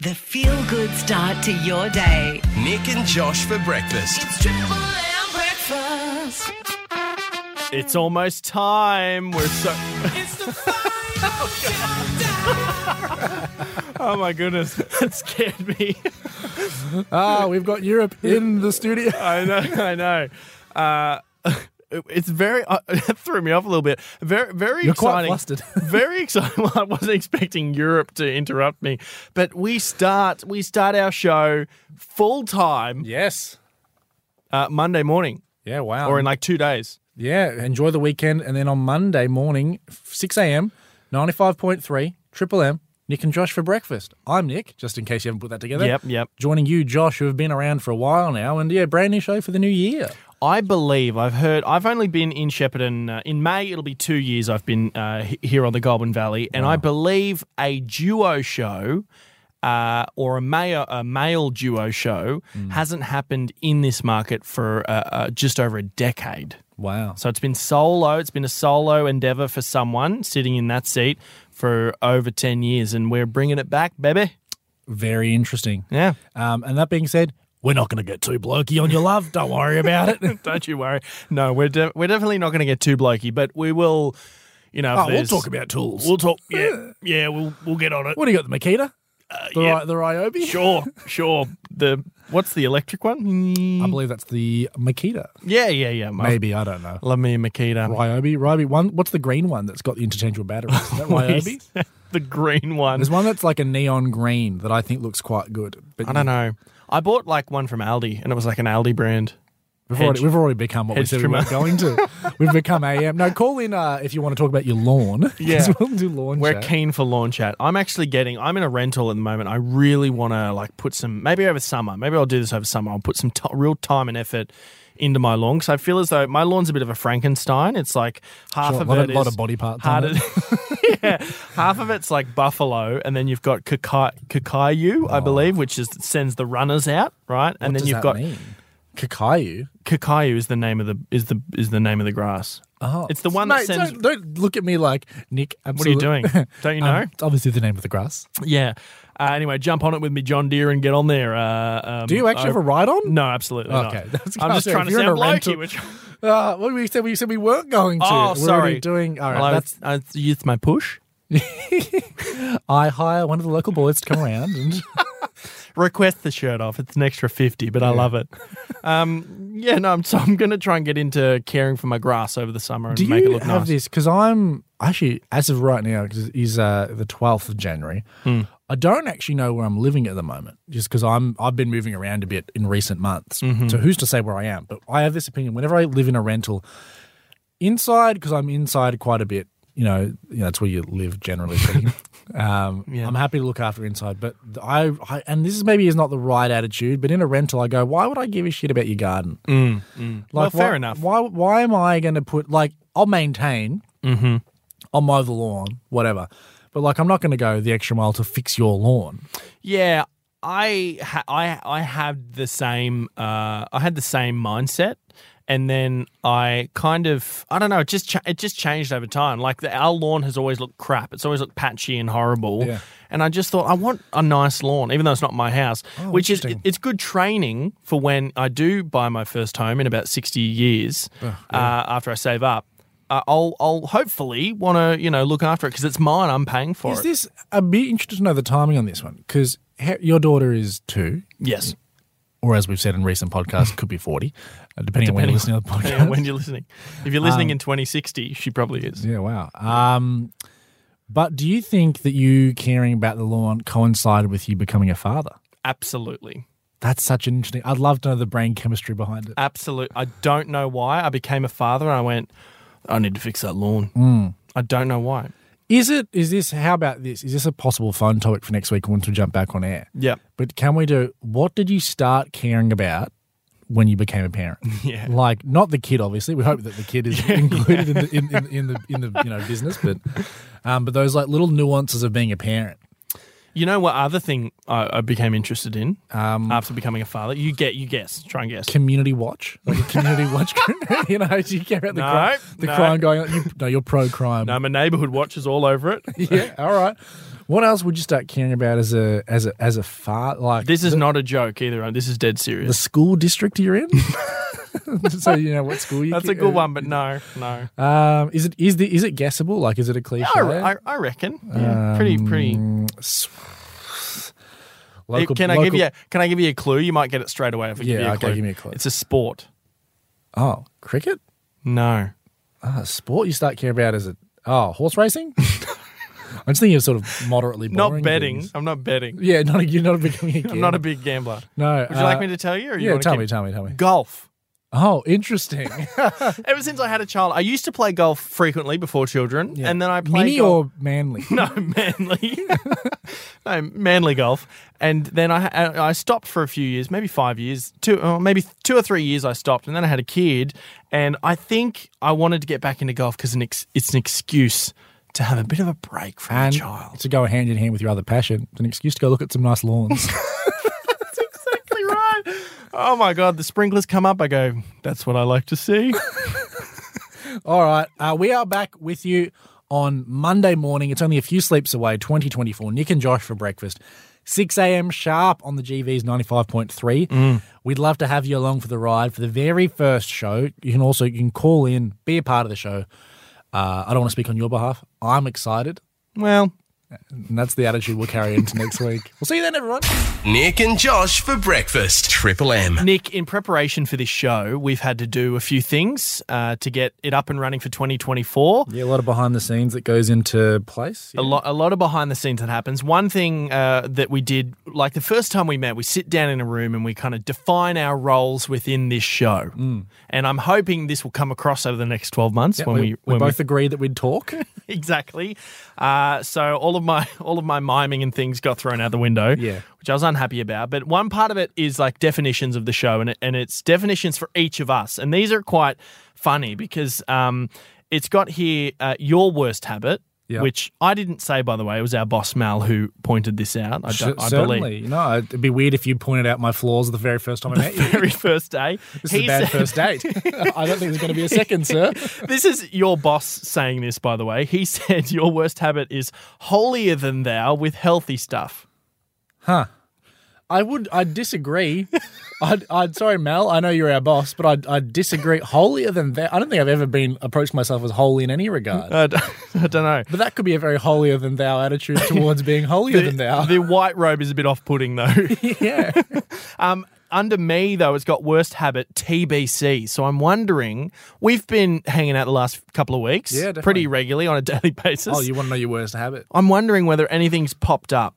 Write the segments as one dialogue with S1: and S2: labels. S1: The feel good start to your day.
S2: Nick and Josh for breakfast.
S3: It's almost time. We're so. oh my goodness, that scared me.
S4: Ah, we've got Europe in the studio.
S3: I know, I know. Uh, it- it's very uh, it threw me off a little bit. Very, very
S4: You're quite
S3: exciting.
S4: flustered.
S3: very exciting. Well, I wasn't expecting Europe to interrupt me, but we start we start our show full time
S4: Yes.
S3: uh, Monday morning,
S4: Yeah, wow.
S3: or in like two days.
S4: yeah, enjoy the weekend. And then on Monday morning, 6 a.m., 95.3, Triple M, Nick and Josh for breakfast. I'm Nick, just in case you haven't put that together.
S3: Yep, yep.
S4: Joining you, Josh, who have been around for a while now. And yeah, brand new show for the new year.
S3: I believe I've heard. I've only been in Shepparton uh, in May. It'll be two years I've been uh, h- here on the Goulburn Valley, and I believe a duo show uh, or a male a male duo show hasn't happened in this market for uh, uh, just over a decade.
S4: Wow.
S3: So it's been solo. It's been a solo endeavor for someone sitting in that seat for over ten years, and we're bringing it back, baby.
S4: Very interesting.
S3: Yeah.
S4: Um, and that being said, we're not going to get too blokey on your love. Don't worry about it.
S3: Don't you worry. No, we're de- we're definitely not going to get too blokey, but we will. You know, if
S4: oh, we'll
S3: there's-
S4: talk about tools.
S3: We'll talk. Yeah, yeah, we'll we'll get on it.
S4: what do you got, the Makita? the,
S3: yeah.
S4: Ri- the Ryobi?
S3: Sure, sure. The what's the electric
S4: I
S3: one? Mm.
S4: believe that's the Makita.
S3: Yeah, yeah, yeah. my-
S4: Maybe, I don't know.
S3: Love me a Makita.
S4: Ryobi, Ryobi. One, what's the green one that's got the interchangeable batteries? Is that Ryobi?
S3: the green one.
S4: There's one that's like a neon green that I think looks quite good. But
S3: I don't know. I bought like one from Aldi, and it was like an Aldi brand.
S4: We've already,
S3: Hedge-
S4: we've already become what we
S3: hedge
S4: said we weren't going to. We've become AM. No, call in uh, if you want to talk about your lawn. 'cause
S3: Yeah.
S4: we'll do lawn
S3: We're
S4: chat.
S3: keen for lawn chat. I'm actually getting. I'm in a rental at the moment. I really want to like put some. Maybe over summer. Maybe I'll do this over summer. I'll put some t- real time and effort into my lawn because I feel as though my lawn's a bit of a Frankenstein. It's like half
S4: Sure,
S3: of
S4: lot
S3: it
S4: of- lot
S3: is
S4: of body parts
S3: hard-
S4: on it.
S3: yeah, half of it's like buffalo, and then you've got kakai- kakayu, I believe, which is sends the runners out, right? and then
S4: What does
S3: you've
S4: that
S3: got
S4: mean? Kakayu.
S3: kakayu is the name of the is the is the name of the grass.
S4: Oh.
S3: It's the one that
S4: Mate,
S3: sends.
S4: Don't, don't look at me like Nick.
S3: What are you
S4: Absolutely.
S3: doing? Don't you know?
S4: it's obviously the name of the grass.
S3: Yeah. Uh, anyway, jump on it with me, John Deere, and get on there. Uh, um,
S4: Do you actually
S3: I-
S4: have a ride on?
S3: No, absolutely
S4: Okay,
S3: not.
S4: that's what
S3: I'm
S4: I'm
S3: just
S4: saying.
S3: trying
S4: If
S3: to
S4: you're
S3: sound
S4: in a
S3: blokey.
S4: rental-
S3: Which,
S4: Uh, what we said we said we weren't going to.
S3: oh,
S4: We're
S3: sorry.
S4: already doing. All right,
S3: Well, I,
S4: that's,
S3: was, I used my push.
S4: I hire one of the local boys to come around and.
S3: Request the shirt off. It's an extra fifty, but I love it. Um, yeah, no. I'm, so I'm going to try and get into caring for my grass over the summer and
S4: Do
S3: make
S4: you
S3: it look
S4: have
S3: nice.
S4: this? Because I'm actually, as of right now, because it is uh, the 12th of January,
S3: Hmm.
S4: I don't actually know where I'm living at the moment, just because I'm I've been moving around a bit in recent months.
S3: Mm-hmm.
S4: So who's to say where I am? But I have this opinion: whenever I live in a rental, inside because I'm inside quite a bit. You know, you know that's where you live generally speaking. um, I'm happy to look after inside, but th- I, I and this is maybe is not the right attitude. But in a rental, I go, why would I give a shit about your garden?
S3: Mm, Well,
S4: Like,
S3: fair
S4: why,
S3: enough.
S4: Why why am I going to put like I'll maintain.
S3: Mm-hmm.
S4: I'll mow the lawn, whatever. But like, I'm not going to go the extra mile to fix your lawn.
S3: Yeah, I ha- I I had the same uh, I had the same mindset, and then I kind of I don't know it just cha- it just changed over time. Like the, our lawn has always looked crap. It's always looked patchy and horrible.
S4: Yeah.
S3: And I just thought I want a nice lawn, even though it's not my house. which is
S4: Oh, interesting.
S3: it's good training for when I do buy my first home in about sixty years uh, after I save up. Uh, I'll I'll hopefully want to you know look after it because it's mine. I'm paying for
S4: Is
S3: it.
S4: this? I'd be interested to know the timing on this one because your daughter is two,
S3: yes.
S4: or as we've said in recent podcasts, could be 40, uh, depending, on when you're listening to the
S3: Yeah,
S4: podcast. Um,
S3: when you're listening. If you're listening in 2060, she probably is.
S4: yeah, wow. Um, but do you think that you caring about the lawn coincided with you becoming a father?
S3: Absolutely.
S4: That's such an interesting. I'd love to know the brain chemistry behind it.
S3: Absolute. I don't know why I became a father and I went, I need to fix that lawn.
S4: Hmm.
S3: I don't know why.
S4: Is it? Is this? How about this? Is this a possible phone topic for next week once we jump back on air?
S3: Yep.
S4: But can we do? What did you start caring about? When you became a parent,
S3: Yeah.
S4: like not the kid, obviously. We hope that the kid is included in, the, in, in, in the in the you know business, but um, but those like little nuances of being a parent.
S3: You know what other thing I, I became interested in
S4: Um,
S3: after becoming a father? You get, you guess. Try and guess.
S4: community watch, like a community watch. group, you know, do you care about the
S3: No,
S4: crime, the
S3: no.
S4: crime going on? You, no, you're pro crime.
S3: no, my neighborhood watch is all over it.
S4: Yeah, all right. What else would you start caring about as a as a as a far like
S3: This is
S4: the,
S3: not a joke either. This is dead serious.
S4: the school district you're in? so you know what school you.
S3: That's a good one, but no, no.
S4: Um, is it is the is it guessable? Like, is it a cliche?
S3: I, I, I reckon. Yeah, pretty, pretty.
S4: Um, S- Local,
S3: can I give
S4: local-
S3: you? A, can I give you a clue? You might get it straight away if I give
S4: Yeah,
S3: you a
S4: okay,
S3: clue.
S4: give me a clue.
S3: It's a sport.
S4: Oh, cricket.
S3: No.
S4: Ah, sport you start caring about is it? Oh, horse racing. I'm just thinking of sort of moderately
S3: Not
S4: boring
S3: betting.
S4: things.
S3: I'm not betting.
S4: Yeah, not a, you're not a big.
S3: I'm not a big gambler.
S4: No. uh,
S3: Would you like me to tell you? Or you
S4: yeah,
S3: wanna
S4: tell
S3: keep-
S4: me, tell me, tell me.
S3: Golf.
S4: Oh, interesting.
S3: Ever since I had a child, I used to play golf frequently before children, and then I played
S4: Mini
S3: golf.
S4: or manly?
S3: no manly, no manly golf. And then I I stopped for a few years, maybe five years, two or maybe two or three years. I stopped, and then I had a kid, and I think I wanted to get back into golf because an ex- it's an excuse to have a bit of a break from
S4: and
S3: the child.
S4: to go hand in hand with your other passion. It's an excuse to go look at some nice lawns.
S3: Exactly right. Oh my god, the sprinklers come up. I go, that's what I like to see.
S4: All right. Uh, we are back with you on Monday morning. It's only a few sleeps away, 2024. Nick and Josh for breakfast. 6 a.m. sharp on the GV's 95.3. We'd love to have you along for the ride for the very first show. You can also you can call in, be a part of the show. Uh, I don't want to speak on your behalf. I'm excited.
S3: well,
S4: And that's the attitude we'll carry into next week. We'll see you then, everyone.
S2: Nick and Josh for breakfast. Triple M.
S3: Nick, in preparation for this show, we've had to do a few things uh, to get it up and running for 2024.
S4: Yeah, a lot of behind the scenes that goes into place.
S3: a lot a lot of behind the scenes that happens one thing uh, that we did like the first time we met we sit down in a room and we kind of define our roles within this show and i'm hoping this will come across over the next 12 months when Mm. we, when
S4: both agreed that we'd talk.
S3: we, exactly uh, so all of my all of my miming and things got thrown out the window
S4: Yeah.
S3: which i was unhappy about but one part of it is like definitions of the show and, it, and it's definitions for each of us and these are quite funny because um, it's got here uh, your worst habit
S4: Yeah.
S3: which I didn't say, by the way. It was our boss Mal who pointed this out. I, don't, I believe
S4: certainly. You know, it'd be weird if you pointed out my flaws the very first time I met you.
S3: very first day.
S4: This is a
S3: He
S4: bad
S3: said-
S4: first date. I don't think there's going to be a second, sir.
S3: this is your boss saying this, by the way. He said your worst habit is holier than thou with healthy stuff.
S4: I would. I disagree. I'd, I'd sorry, Mel. I know you're our boss, but I'd, I'd disagree holier than that. I don't think I've ever been approached myself as holy in any regard.
S3: I don't, I don't know.
S4: But that could be a very holier than thou attitude towards being holier than thou.
S3: The white robe is a bit off-putting, though.
S4: yeah.
S3: Um, under me, though, it's got worst habit TBC. So I'm wondering, we've been hanging out the last couple of weeks,
S4: Yeah, definitely.
S3: pretty regularly on a daily basis.
S4: Oh, you want to know your worst habit?
S3: I'm wondering whether anything's popped up.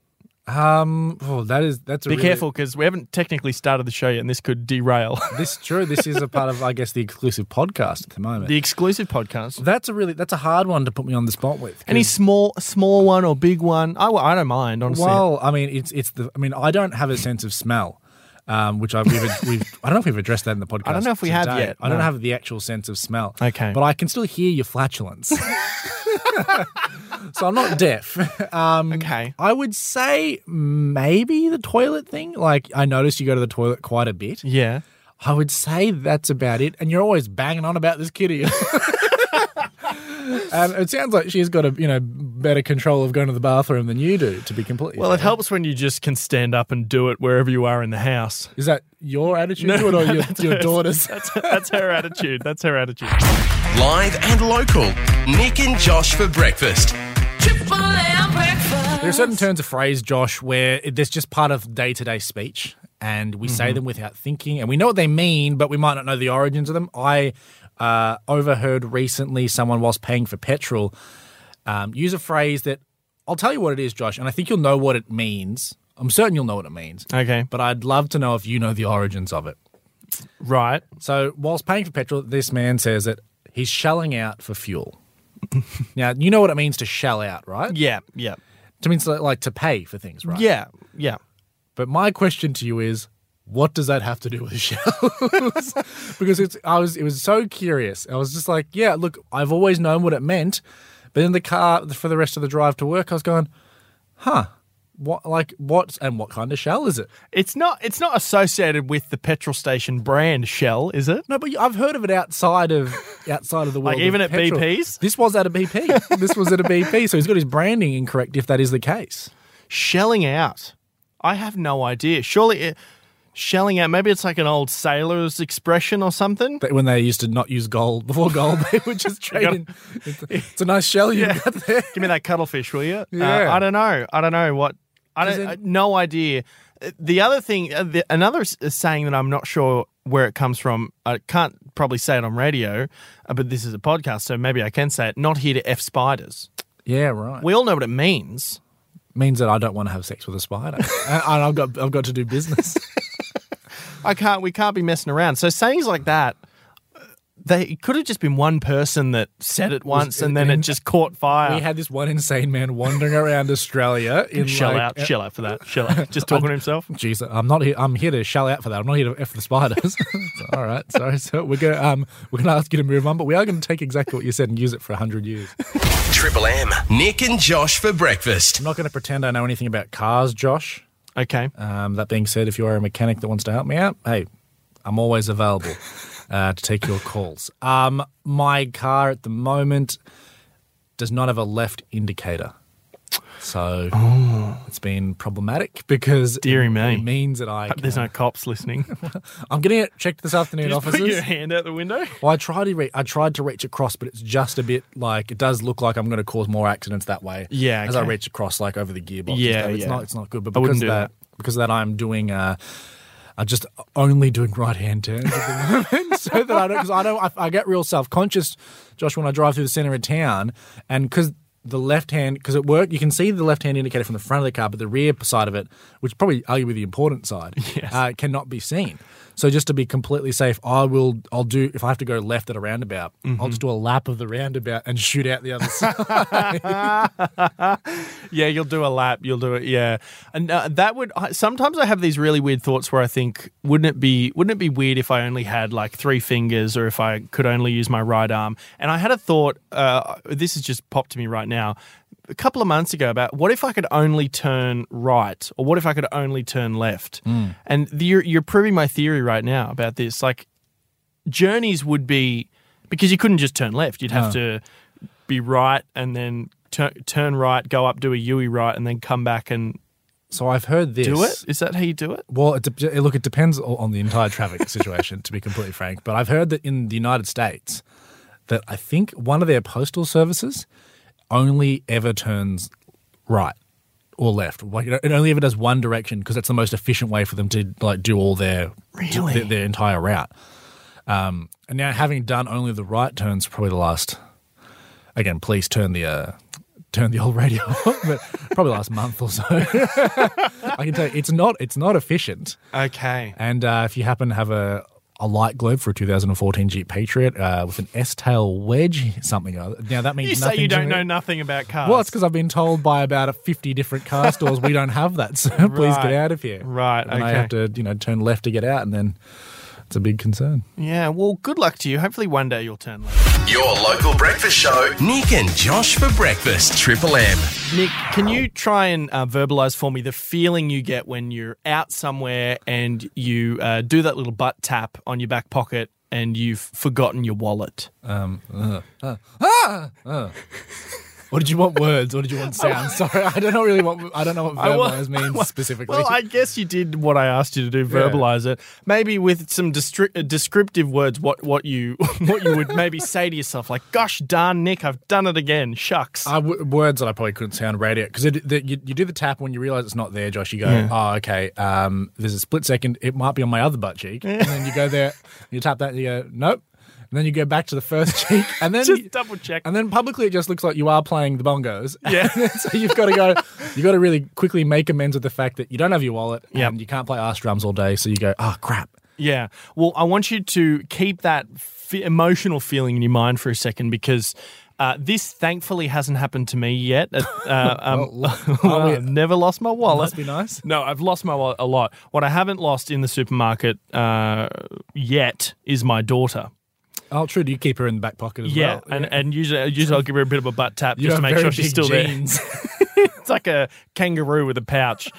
S4: Um. Oh, that is. That's a
S3: Be
S4: really-
S3: careful because we haven't technically started the show yet, and this could derail
S4: This true. This is a part of, I guess, the exclusive podcast at the moment.
S3: the exclusive podcast.
S4: that's a really. That's a hard one to put me on the spot with. 'cause-
S3: Any small, small one or big one, I, I don't mind. Honestly,
S4: Well, I mean, it's it's the. I mean, I don't have a sense of smell, um, which I've we've, we've I don't know if we've addressed that in the podcast.
S3: I don't know if we have
S4: today.
S3: yet,
S4: I don't
S3: no.
S4: have the actual sense of smell.
S3: Okay.
S4: but I can still hear your flatulence. so I'm not deaf. Um,
S3: okay.
S4: I would say maybe the toilet thing. Like I notice you go to the toilet quite a bit.
S3: Yeah,
S4: I would say that's about it. And you're always banging on about this kitty. um, it sounds like she's got a you know better control of going to the bathroom than you do. To be completely
S3: Well,
S4: fair.
S3: it helps when you just can stand up and do it wherever you are in the house.
S4: Is that your attitude to it or your, your daughter's?
S3: That's, that's her attitude. That's her attitude.
S2: Live and local. Nick and Josh for breakfast.
S1: Triple M breakfast.
S4: There are certain turns of phrase, Josh, where it- there's just part of day to day speech and we
S3: Mm-hmm.
S4: say them without thinking and we know what they mean, but we might not know the origins of them. I uh, overheard recently someone whilst paying for petrol um, use a phrase that I'll tell you what it is, Josh, and I think you'll know what it means. I'm certain you'll know what it means.
S3: Okay.
S4: But I'd love to know if you know the origins of it.
S3: Right.
S4: So, whilst paying for petrol, this man says that he's shelling out for fuel. now, you know what it means to shell out, right?
S3: Yeah. Yeah.
S4: To means like, like to pay for things, right?
S3: Yeah. Yeah.
S4: But my question to you is, what does that have to do with shells? because it's I was it was so curious. I was just like, yeah, look, I've always known what it meant, but in the car for the rest of the drive to work, I was going, huh, what like what and what kind of shell is it?
S3: It's not. It's not associated with the petrol station brand Shell, is it?
S4: No, but I've heard of it outside of outside of the world.
S3: Like, even
S4: of
S3: at
S4: petrol.
S3: BP's?
S4: This was at a BP. this was at a BP. So he's got his branding incorrect if that is the case.
S3: Shelling out. I have no idea. Surely, it, shelling out. Maybe it's like an old sailor's expression or something.
S4: But when they used to not use gold before gold, they would just trade in. It's a, it's a nice shell you have got there.
S3: Give me that cuttlefish, will you?
S4: Yeah.
S3: Uh, I don't know. I don't know what. I
S4: Does
S3: don't.
S4: it-
S3: uh, no idea. Uh, The other thing, uh, the, another s- saying that I'm not sure where it comes from. I can't probably say it on radio, uh, but this is a podcast, so maybe I can say it. Not here to f spiders.
S4: Yeah, right.
S3: We all know what it means.
S4: Means that I don't want to have sex with a spider, and and I've got I've got to do business.
S3: I can't. We can't be messing around. So sayings like that, they it could have just been one person that said it once, and then it just caught fire.
S4: We had this one insane man wandering around Australia in
S3: shell
S4: like,
S3: out, shell out for that. Shell out. Just talking to himself.
S4: Jeez, I'm not here. I'm here to shell out for that. I'm not here to f the spiders. So, all right, sorry. So we're gonna um, we're gonna ask you to move on, but we are gonna take exactly what you said and use it for hundred years.
S2: Triple M. Nick and Josh for breakfast.
S4: I'm not gonna pretend I know anything about cars, Josh.
S3: Okay.
S4: Um, that being said, if you are a mechanic that wants to help me out, hey, I'm always available uh, to take your calls. Um, my car at the moment does not have a left indicator. So it's been problematic because
S3: Oh. Deary me.
S4: it means that I
S3: Hope There's no cops listening.
S4: I'm getting it checked this afternoon,
S3: Just put your
S4: officers.
S3: hand out the window.
S4: Well, I tried to re- I tried to reach across, but it's just a bit like it does look like I'm going to cause more accidents that way.
S3: Yeah,
S4: as I
S3: okay.
S4: reach across, like over the gearbox. and
S3: Yeah,
S4: stuff. it's
S3: yeah.
S4: not it's not good. But
S3: I wouldn't
S4: because of
S3: do
S4: that, because of that, I'm doing. Uh, I'm just only doing right hand turns at the moment, so that I don't because I don't I, I get real self conscious, Josh, when I drive through the center of town, and because the left hand because at work you can see the left hand indicator from the front of the car, but the rear side of it, which is probably arguably the important side,
S3: Yes.
S4: uh, cannot be seen. So just to be completely safe, I will. I'll do if I have to go left at a roundabout,
S3: Mm-hmm.
S4: I'll just do a lap of the roundabout and shoot out the other side.
S3: Yeah, you'll do a lap. You'll do it. Yeah, and uh, that would. I- Sometimes I have these really weird thoughts where I think, wouldn't it be, wouldn't it be weird if I only had like three fingers, or if I could only use my right arm? And I had a thought. Uh, this has just popped to me right now. A couple of months ago, about what if I could only turn right, or what if I could only turn left? And the, you're, you're proving my theory right now about this. Like journeys would be because you couldn't just turn left. You'd have to be right and then tur- turn right, go up, do a Yui right, and then come back and
S4: so I've heard this.
S3: do it. Is that how you do it?
S4: Well, it dep look, it depends o- on the entire traffic situation, to be completely frank. But I've heard that in the United States, that I think one of their postal services only ever turns right or left. Like, it it only ever does one direction because that's the most efficient way for them to like do all their
S3: Really?
S4: their, their entire route. Um, and now having done only the right turns, for probably the last again, please turn the uh, turn the old radio off, but probably last month or so. I can tell you, it's not it's not efficient.
S3: Okay.
S4: And uh, if you happen to have a a light globe for a 2014 Jeep Patriot uh, with an S tail wedge, something. or other. Now that means
S3: You say
S4: nothing
S3: you
S4: to
S3: don't
S4: me.
S3: know nothing about cars.
S4: Well, it's because I've been told by about 50 different car stores we don't have that, so please
S3: Right.
S4: get out of here.
S3: Right,
S4: And I have to, you know, turn left to get out, and then it's a big concern.
S3: yeah. Well, good luck to you. Hopefully, one day you'll turn left.
S2: Your local breakfast show. Nick and Josh for breakfast. Triple M.
S3: Nick, can you try and uh, verbalize for me the feeling you get when you're out somewhere and you uh, do that little butt tap on your back pocket and you've forgotten your wallet?
S4: Or did you want words, or did you want sounds? Sorry, I don't know really what I don't know what
S3: I wa-
S4: verbalize means specifically.
S3: Well, I guess you did what I asked you to do, verbalize it. Maybe with some destri- uh, descriptive words, what, what you what you would maybe say to yourself, like, "Gosh darn, Nick, I've done it again." Shucks.
S4: I w- words that I probably couldn't sound radio because you, you do the tap when you realize it's not there, Josh. You go, oh, okay. Um, there's a split second. It might be on my other butt cheek, and then you go there, you tap that, and you go, nope. And then you go back to the first cheek, and then
S3: Just double check.
S4: And then publicly, it just looks like you are playing the bongos.
S3: Yeah.
S4: so you've got to go. You've got to really quickly make amends with the fact that you don't have your wallet,
S3: Yep.
S4: and you can't play ass drums all day. So you go, oh crap.
S3: Yeah. Well, I want you to keep that fe emotional feeling in your mind for a second because uh, this thankfully hasn't happened to me yet. Uh, um,
S4: well,
S3: I've never lost my wallet.
S4: must be nice.
S3: No, I've lost my wallet a lot. What I haven't lost in the supermarket uh, yet is my daughter.
S4: Oh, true. Do you keep her in the back pocket as
S3: Yeah,
S4: well?
S3: and, and usually, usually I'll give her a bit of a butt tap
S4: You
S3: just
S4: have
S3: to make
S4: very
S3: sure she's
S4: big
S3: still
S4: jeans.
S3: it's like a kangaroo with a pouch.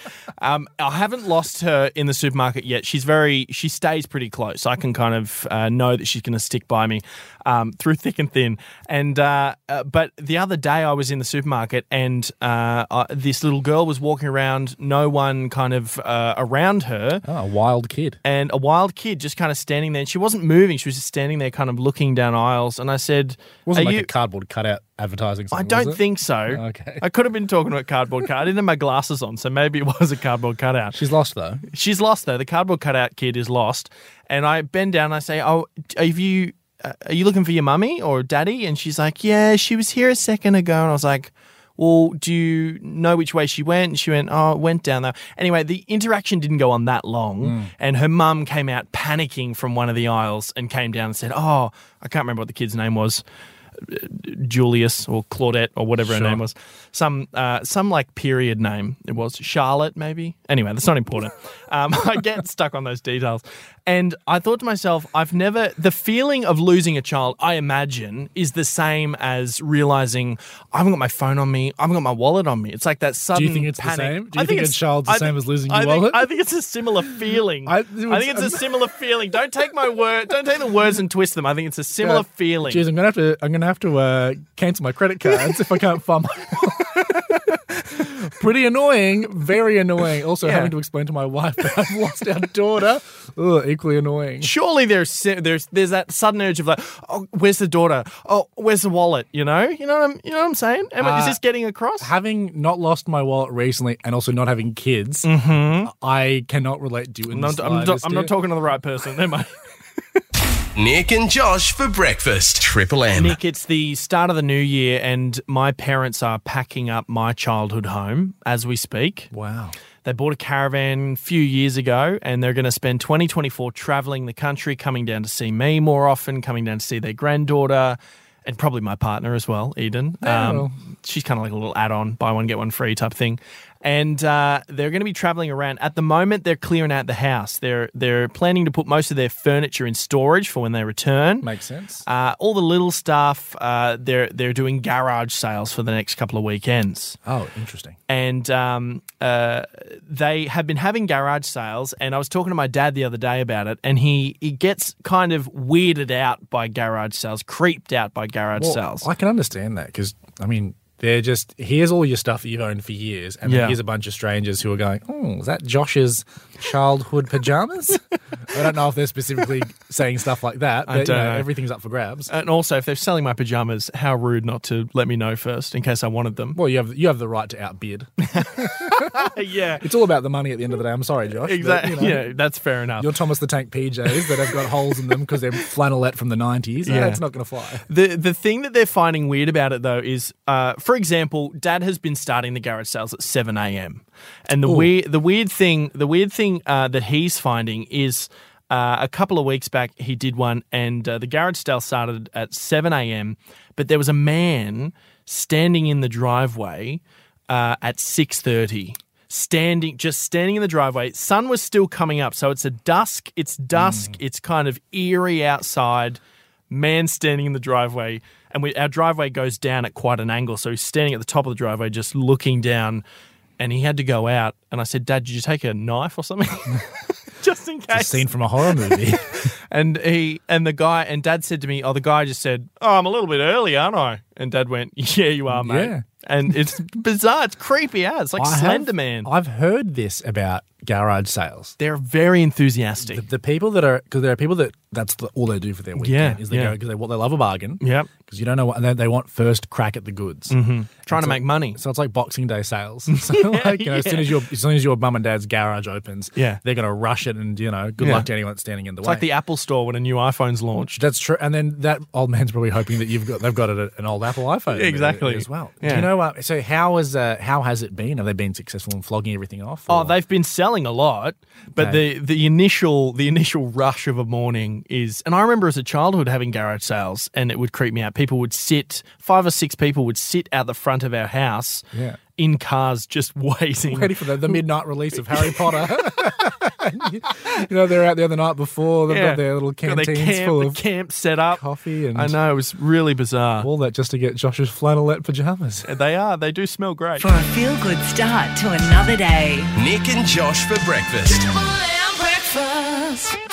S3: Um, I haven't lost her in the supermarket yet. She's very, she stays pretty close. I can kind of uh, know that she's going to stick by me um, through thick and thin. And uh, uh, but the other day I was in the supermarket and uh, I, this little girl was walking around, no one kind of uh, around her
S4: Oh, a wild kid.
S3: and a wild kid just kind of standing there. And she wasn't moving; she was just standing there, kind of looking down aisles. And I said, "Are
S4: wasn't like
S3: you?"
S4: a cardboard cutout advertising.
S3: I
S4: Something,
S3: don't
S4: was it? Oh,
S3: think so.
S4: Okay.
S3: I could have been talking about cardboard cut. I didn't have my glasses on, so maybe it was a cardboard cutout.
S4: she's lost though.
S3: She's lost though. The cardboard cutout kid is lost. And I bend down. And I say, "Oh, have you? Uh, are you looking for your mummy or daddy?" And she's like, "Yeah, she was here a second ago." And I was like. Well, do you know which way she went? And she went, oh, it went down there. Anyway, the interaction didn't go on that long.
S4: Hmm.
S3: And her mum came out panicking from one of the aisles and came down and said, oh, I can't remember what the kid's name was. Julius or Claudette or whatever her name was. Some uh, some like period name it was Charlotte maybe. Anyway, that's not important. um, I get stuck on those details, and I thought to myself, I've never the feeling of losing a child. I imagine is the same as realizing I haven't got my phone on me, I haven't got my wallet on me. It's like that sudden.
S4: think it's the
S3: panic.
S4: same? Do you
S3: I
S4: think a child's the
S3: I thi-
S4: same as losing your
S3: I think-
S4: wallet?
S3: I think it's a similar feeling.
S4: I-
S3: I, think it's a similar feeling. Don't take my word. Don't take the words and twist them. I think it's a similar
S4: Uh,
S3: feeling.
S4: Jeez, I'm gonna have to. I'm gonna have to uh, cancel my credit cards if I can't find my. Pretty annoying, very annoying. Also,
S3: Yeah.
S4: having to explain to my wife that I've lost our daughter, Ugh, equally annoying.
S3: surely there's si- there's there's that sudden urge of like, oh, where's the daughter? Oh, where's the wallet? You know, you know what I'm you know what I'm saying? Am I- is
S4: Uh,
S3: this getting across?
S4: Having not lost my wallet recently, and also not having kids, I cannot relate to you.
S3: Mm-hmm.
S4: In
S3: I'm, not,
S4: the
S3: I'm not-
S4: slightest,
S3: I'm not
S4: dear.
S3: talking to the right person. Am I?
S2: Nick and Josh for breakfast. Triple M.
S3: Nick, it's the start of the new year, and my parents are packing up my childhood home as we speak.
S4: Wow.
S3: They bought a caravan a few years ago and they're going to spend 2024 traveling the country, coming down to see me more often, coming down to see their granddaughter and probably my partner as well, Eden. Um,
S4: Oh.
S3: she's kind of like a little add on, buy one, get one free type thing. And uh, they're going to be traveling around. At the moment, they're clearing out the house. They're, they're planning to put most of their furniture in storage for when they return.
S4: Makes sense.
S3: Uh, all the little stuff, uh, they're, they're doing garage sales for the next couple of weekends
S4: Oh, interesting.
S3: and um, uh, they have been having garage sales. And I was talking to my dad the other day about it, and he, he gets kind of weirded out by garage sales, creeped out by garage
S4: Well,
S3: sales.
S4: I can understand that because I mean, they're just here's all your stuff that you've owned for years, and
S3: Yeah.
S4: then here's a bunch of strangers who are going, "Oh, is that Josh's childhood pajamas?" I don't know if they're specifically saying stuff like that. But,
S3: don't
S4: you know,
S3: know.
S4: Everything's up for grabs.
S3: and also, if they're selling my pajamas, how rude not to let me know first in case I wanted them.
S4: well, you have you have the right to outbid.
S3: yeah,
S4: It's all about the money at the end of the day. I'm sorry, Josh. but,
S3: exactly.
S4: you know,
S3: Yeah, that's fair enough.
S4: Your Thomas the Tank PJs that have got holes in them because they're flannelette from the 90s.
S3: Yeah.
S4: Yeah. That's not going to fly.
S3: The the thing that they're finding weird about it though is, uh, for example, Dad has been starting the garage sales at seven a.m. and the weird the weird thing the weird thing uh, that he's finding is. Uh, a couple of weeks back, he did one, and uh, the garage sale started at 7 a.m. But there was a man standing in the driveway uh, at 6:30, standing just standing in the driveway. Sun was still coming up, so it's a dusk. It's dusk. It's kind of eerie outside man standing in the driveway, and we, our driveway goes down at quite an angle. So he's standing at the top of the driveway, just looking down, and he had to go out. And I said, "Dad, did you take a knife or something?" just in
S4: A
S3: case.
S4: scene from a horror movie.
S3: And he and the guy and Dad said to me, "Oh, the guy just said, oh, I'm a little bit early, aren't I?" And Dad went, "Yeah, you are, mate."
S4: Yeah.
S3: And it's bizarre. It's creepy out. It's like
S4: I have-
S3: Slender Man.
S4: I've heard this about garage sales.
S3: They're very enthusiastic.
S4: The, the people that are because there are people that that's the, all they do for their weekend
S3: Yeah,
S4: is they
S3: yeah.
S4: go because they what they love a bargain.
S3: Yep. Mm-hmm.
S4: Because you don't know what they, they want first crack at the goods.
S3: trying to make money.
S4: So it's like Boxing Day sales. So like, you know, as soon
S3: yeah.
S4: as your as soon as your mum and dad's garage opens,
S3: Yeah.
S4: they're gonna rush it and you know good
S3: Yeah.
S4: luck to anyone that's standing in the
S3: It's
S4: way.
S3: like the Apple Store when a new iPhone's launched.
S4: that's true, and then that old man's probably hoping that you've got they've got a- an old Apple iPhone
S3: Exactly.
S4: as well. Do
S3: Yeah.
S4: you know what? So how is uh, how has it been? Have they been successful in flogging everything off?
S3: Oh,
S4: or-
S3: they've been selling a lot, but
S4: Okay.
S3: the the initial the initial rush of a morning is. And I remember as a childhood having garage sales, and it would creep me out. People would sit five or six people would sit out the front of our house
S4: Yeah.
S3: in cars just waiting.
S4: Ready for the, the midnight release of Harry Potter. you know, they're out there the night before. They've got their little
S3: Got their
S4: canteens
S3: camp,
S4: full
S3: the
S4: of
S3: camp set up.
S4: coffee and
S3: I know it was really bizarre.
S4: all that just to get Josh's flannelette pajamas.
S3: They are. They do smell great.
S5: For a feel good start to another day.
S2: Nick and Josh for breakfast.
S1: Triple M breakfast.